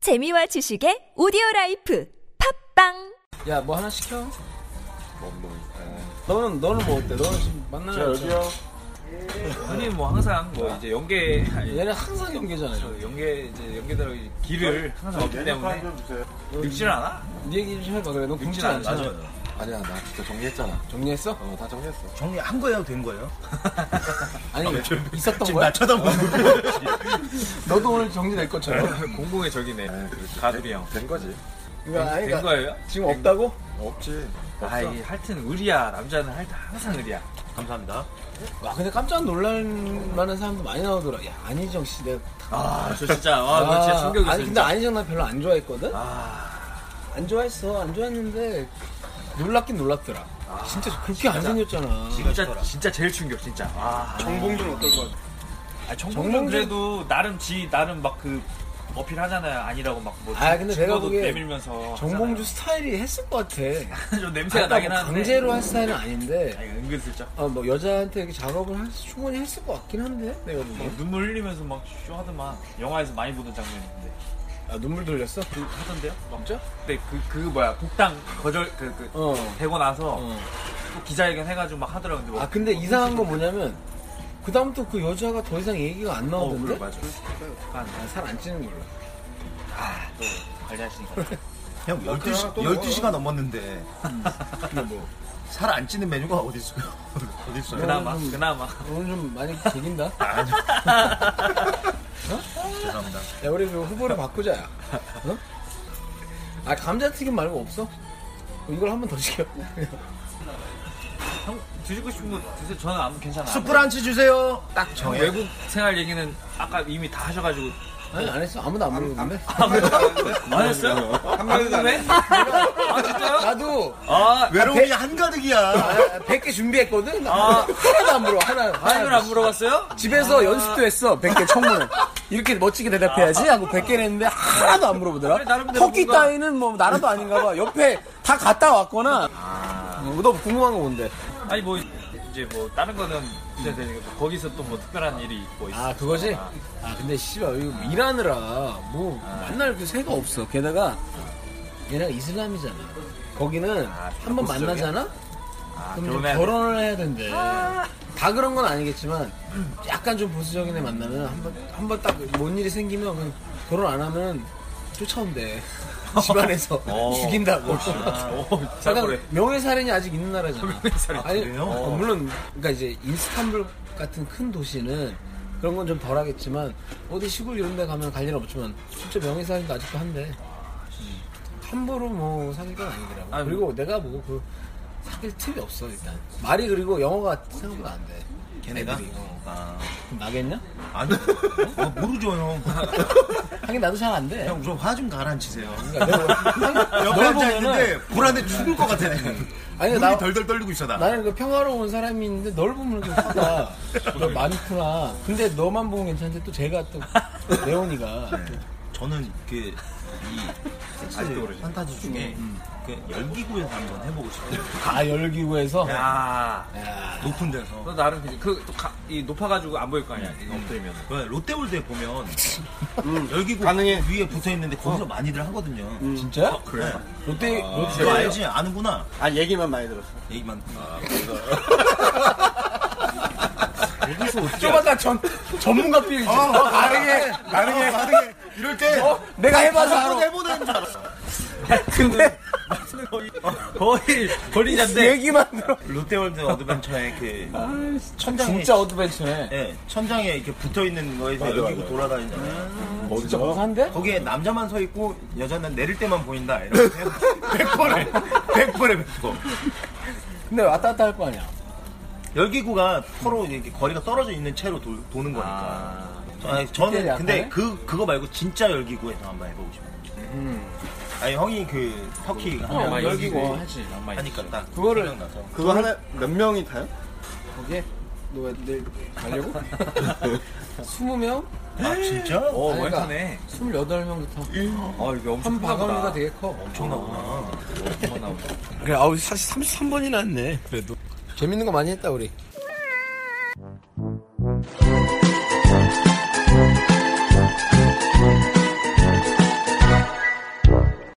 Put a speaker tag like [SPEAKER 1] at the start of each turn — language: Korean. [SPEAKER 1] 재미와 지식의 오디오 라이프 팝빵
[SPEAKER 2] 야 뭐 하나 시켜. 너는 너는 뭐 어때? 너는 지금 만나는
[SPEAKER 3] 자 여기요.
[SPEAKER 4] 형님 뭐 항상 뭐 이제 연계 아니,
[SPEAKER 2] 얘는 항상 연계잖아요.
[SPEAKER 4] 저 연계 이제 연계대로 이 길을 항상 얻기
[SPEAKER 3] 메뉴판
[SPEAKER 4] 때문에
[SPEAKER 3] 좀 주세요.
[SPEAKER 4] 늙질 않아?
[SPEAKER 2] 네 얘기 좀 해봐 그래. 너
[SPEAKER 4] 늙질
[SPEAKER 2] 굶지
[SPEAKER 4] 않아.
[SPEAKER 2] 않잖아.
[SPEAKER 3] 아니야 나 진짜 정리했잖아.
[SPEAKER 2] 정리했어?
[SPEAKER 3] 어 다 정리했어.
[SPEAKER 5] 정리한 거예요? 된 거예요?
[SPEAKER 2] 아니 있었던
[SPEAKER 5] 지금 나
[SPEAKER 2] 거야?
[SPEAKER 5] 쳐다보는 거
[SPEAKER 2] 너도 오늘 정리될
[SPEAKER 4] 네.
[SPEAKER 2] 것처럼.
[SPEAKER 4] 공공의 적이네. 가두리 형.
[SPEAKER 3] 된 거지.
[SPEAKER 2] 그러니까
[SPEAKER 3] 어,
[SPEAKER 4] 된 거예요?
[SPEAKER 2] 지금 없다고?
[SPEAKER 3] 없지. 없어.
[SPEAKER 4] 아이 하여튼 의리야. 남자는 하여튼 항상 의리야.
[SPEAKER 5] 감사합니다
[SPEAKER 2] 와 아, 근데 깜짝 놀랄 만한 사람도 많이 나오더라. 야 안희정 씨 내가
[SPEAKER 5] 아 저
[SPEAKER 4] 진짜 와 이거 진짜 충격이었어.
[SPEAKER 2] 아니 근데
[SPEAKER 4] 진짜.
[SPEAKER 2] 안희정 나 별로 안 좋아했거든.
[SPEAKER 4] 아
[SPEAKER 2] 안 좋아했어. 안 좋아했는데 놀랍긴 놀랍더라. 진짜 그렇게 안 생겼잖아.
[SPEAKER 4] 진짜 진짜 제일 충격 진짜. 아
[SPEAKER 3] 정봉준 어떨 것 같아?
[SPEAKER 4] 아니,
[SPEAKER 2] 정봉준-
[SPEAKER 4] 정봉준 그래도 나름 지 나름 막 그 어필하잖아요. 아니라고 막뭐
[SPEAKER 2] 아, 근데 내가
[SPEAKER 4] 증거도
[SPEAKER 2] 보기에
[SPEAKER 4] 내밀면서
[SPEAKER 2] 정봉주 스타일이 했을 것 같아.
[SPEAKER 4] 하잖아요. 좀 냄새가 나긴
[SPEAKER 2] 뭐
[SPEAKER 4] 하는데
[SPEAKER 2] 강제로 할 스타일은 아닌데.
[SPEAKER 4] 아니, 은근슬쩍
[SPEAKER 2] 아, 뭐 여자한테 이렇게 작업을 할, 수- 충분히 했을 것 같긴 한데 내가
[SPEAKER 4] 뭐
[SPEAKER 2] 보기엔
[SPEAKER 4] 눈물 흘리면서 막 쇼하더만 영화에서 많이 보던 장면인데
[SPEAKER 2] 아, 눈물 돌렸어?
[SPEAKER 4] 그 하던데요?
[SPEAKER 2] 진짜?
[SPEAKER 4] 그때 그, 그 뭐야 복당 거절 그, 그
[SPEAKER 2] 어.
[SPEAKER 4] 되고 나서
[SPEAKER 2] 어.
[SPEAKER 4] 또 기자회견 해가지고 막 하더라고 근데 뭐-
[SPEAKER 2] 아 근데
[SPEAKER 4] 뭐
[SPEAKER 2] 이상한 건 뭐냐면 그 다음부터 그 여자가 더 이상 얘기가 안
[SPEAKER 4] 어
[SPEAKER 2] 나오던데
[SPEAKER 4] 물론 맞아 약간
[SPEAKER 2] 살 안 찌는 걸로
[SPEAKER 4] 또 관리하시니까
[SPEAKER 5] 형
[SPEAKER 2] 아,
[SPEAKER 5] 12시,
[SPEAKER 2] 뭐.
[SPEAKER 5] 12시가 넘었는데 살 안 찌는 메뉴가 어디 있어요? 어디 있어요?
[SPEAKER 4] 그나마 그나마
[SPEAKER 2] 오늘 좀 많이 개긴다 야
[SPEAKER 5] 죄송합니다
[SPEAKER 2] 우리 그 후보를 바꾸자 야 어? 아 감자튀김 말고 없어? 이걸 한 번 더 시켜
[SPEAKER 4] 형 드시고 싶은 거 드세요 저는 아무 괜찮아요
[SPEAKER 5] 스프란치 주세요 딱
[SPEAKER 4] 형
[SPEAKER 5] 정해
[SPEAKER 4] 외국 생활 얘기는 아까 이미 다 하셔가지고
[SPEAKER 2] 아니 안 했어 아무도 안 물어보는데
[SPEAKER 4] 안 아, 했어요? 한 번도 안 했어요? 아 진짜요?
[SPEAKER 2] 나도
[SPEAKER 4] 아
[SPEAKER 5] 외로움이 한가득이야
[SPEAKER 2] 100개 준비했거든 하나도 안 물어 하나
[SPEAKER 4] 타임을 아, 안 아. 물어봤어요?
[SPEAKER 2] 집에서 연습도 했어 100개 청문회 이렇게 멋지게 대답해야지 하고 100개를 했는데 하나도 안 물어보더라
[SPEAKER 4] 그래, 나름대로
[SPEAKER 2] 터키
[SPEAKER 4] 뭔가-
[SPEAKER 2] 따위는 뭐 나라도 아닌가 봐 옆에 다 갔다 왔거나 어, 너 궁금한 거 뭔데?
[SPEAKER 4] 아니 뭐 이제 뭐 다른 거는 이제 되니까 뭐 거기서 또 뭐 특별한 일이 뭐 있어
[SPEAKER 2] 아 그거지? 아 근데 씨발 이거 일하느라 뭐 맨날 그 새가 없어 게다가 얘네가 이슬람이잖아 거기는 한 번
[SPEAKER 4] 복수적이야?
[SPEAKER 2] 만나잖아?
[SPEAKER 4] 아,
[SPEAKER 2] 그럼 좀
[SPEAKER 4] 결혼해야 돼. 아.
[SPEAKER 2] 결혼을 해야 된대 다 그런 건 아니겠지만 약간 좀 보수적인 애 만나면 한 번 한 번 딱 뭔 일이 생기면 그냥 결혼 안 하면 쫓아온대 집안에서
[SPEAKER 4] 어.
[SPEAKER 2] 죽인다고
[SPEAKER 4] 아, 오, 잘
[SPEAKER 2] 약간
[SPEAKER 4] 보래.
[SPEAKER 2] 명예살인이 아직 있는 나라잖아.
[SPEAKER 4] 명예살인.
[SPEAKER 2] 아니,
[SPEAKER 5] 그래요?
[SPEAKER 2] 어, 물론 그러니까 이제 인스탄불 같은 큰 도시는 그런 건 좀 덜하겠지만 어디 시골 이런 데 가면 갈 일 없지만 진짜 명예살인도 아직도 한데 함부로 뭐 사귈 건 아니더라고.
[SPEAKER 4] 아,
[SPEAKER 2] 그리고 내가 뭐 그 사귈 틈이 없어 일단. 말이 그리고 영어가 생각보다 안 돼.
[SPEAKER 5] 걔네가?
[SPEAKER 2] 애들이, 어.
[SPEAKER 5] 아,
[SPEAKER 2] 그럼 나겠냐?
[SPEAKER 5] 안 돼. 아, 모르죠
[SPEAKER 2] 하긴 나도 잘 안 돼.
[SPEAKER 5] 형형좀 화 좀 가라앉히세요 옆에
[SPEAKER 2] 널 보면은 음.
[SPEAKER 5] 앉아있는데 불안해 죽을 것 같아 내가
[SPEAKER 2] 아니
[SPEAKER 5] 눈이
[SPEAKER 2] 나
[SPEAKER 5] 덜덜 떨리고 있어 나
[SPEAKER 2] 나는 그 평화로운 사람이 있는데 널 보면 이렇게 화가 너 많구나. 근데 너만 보면 괜찮은데 또 제가 또 레온이가
[SPEAKER 6] 저는 그이 섹스 판타지 중에
[SPEAKER 2] 음.
[SPEAKER 5] 음,
[SPEAKER 6] 그 열기구에서 한번 해보고 싶어요.
[SPEAKER 2] 다 열기구에서
[SPEAKER 4] 야,
[SPEAKER 6] 높은 데서.
[SPEAKER 4] 너 나름 그지? 그, 아, 또 가, 이 높아가지고 안 보일 거 아니야? 이거 엎드리면.
[SPEAKER 6] 왜
[SPEAKER 5] 그러니까
[SPEAKER 6] 롯데월드에 보면 열기구 위에 붙어 있는데 거기서 많이들 하거든요.
[SPEAKER 2] 진짜? 음. 그래.
[SPEAKER 5] 네.
[SPEAKER 2] 롯데
[SPEAKER 6] 너
[SPEAKER 2] 롯데
[SPEAKER 6] 알지? 아는구나.
[SPEAKER 3] 아 얘기만 많이 들었어.
[SPEAKER 6] 얘기만.
[SPEAKER 2] 좁았다 전 전문가 필. 어, 가능해.
[SPEAKER 5] 가능해 가능해 이럴 때
[SPEAKER 2] 어, 내가 해봐서
[SPEAKER 5] 바로
[SPEAKER 2] 알아.
[SPEAKER 5] 내보내는 줄 알았어
[SPEAKER 2] 근데
[SPEAKER 4] 거의, 거의, 걸리자인데.
[SPEAKER 2] 얘기만 들어.
[SPEAKER 6] 롯데월드 어드벤처에 그 천장에
[SPEAKER 2] 진짜 어드벤처네.
[SPEAKER 6] 예, 천장에 이렇게 붙어 있는 거에서 열기구 돌아다니잖아요.
[SPEAKER 3] 어,
[SPEAKER 2] 진짜 거한데
[SPEAKER 6] 거기에 남자만 서 있고 여자는 내릴 때만 보인다. 이렇게 해요.
[SPEAKER 5] 100번에 100번에 100번
[SPEAKER 2] 근데 왔다 갔다 할 거 아니야.
[SPEAKER 6] 열기구가 서로 이렇게 거리가 떨어져 있는 채로 도, 는 거니까. 아니,
[SPEAKER 2] 그때
[SPEAKER 6] 저는
[SPEAKER 2] 약간의?
[SPEAKER 6] 근데 그 그거 말고 진짜 열기구에서 한번 해보고 싶어요. 아니 형이 그 터키 하면
[SPEAKER 4] 많이
[SPEAKER 6] 열기구
[SPEAKER 2] 하지.
[SPEAKER 6] 하니까 딱
[SPEAKER 2] 그거를-
[SPEAKER 6] 생각나서
[SPEAKER 3] 그거 하나 몇 명이 타요?
[SPEAKER 2] 거기에 너왜 내일 가려고? 20명?
[SPEAKER 6] 아 진짜?
[SPEAKER 4] 어,
[SPEAKER 2] 아니, 그러니까
[SPEAKER 4] 완전해.
[SPEAKER 2] 28명부터
[SPEAKER 4] 어, 이게 엄청
[SPEAKER 2] 한 바구니가
[SPEAKER 4] 나구나.
[SPEAKER 2] 되게 커.
[SPEAKER 4] 엄청 나구나.
[SPEAKER 2] 재밌는 거 많이 했다 우리.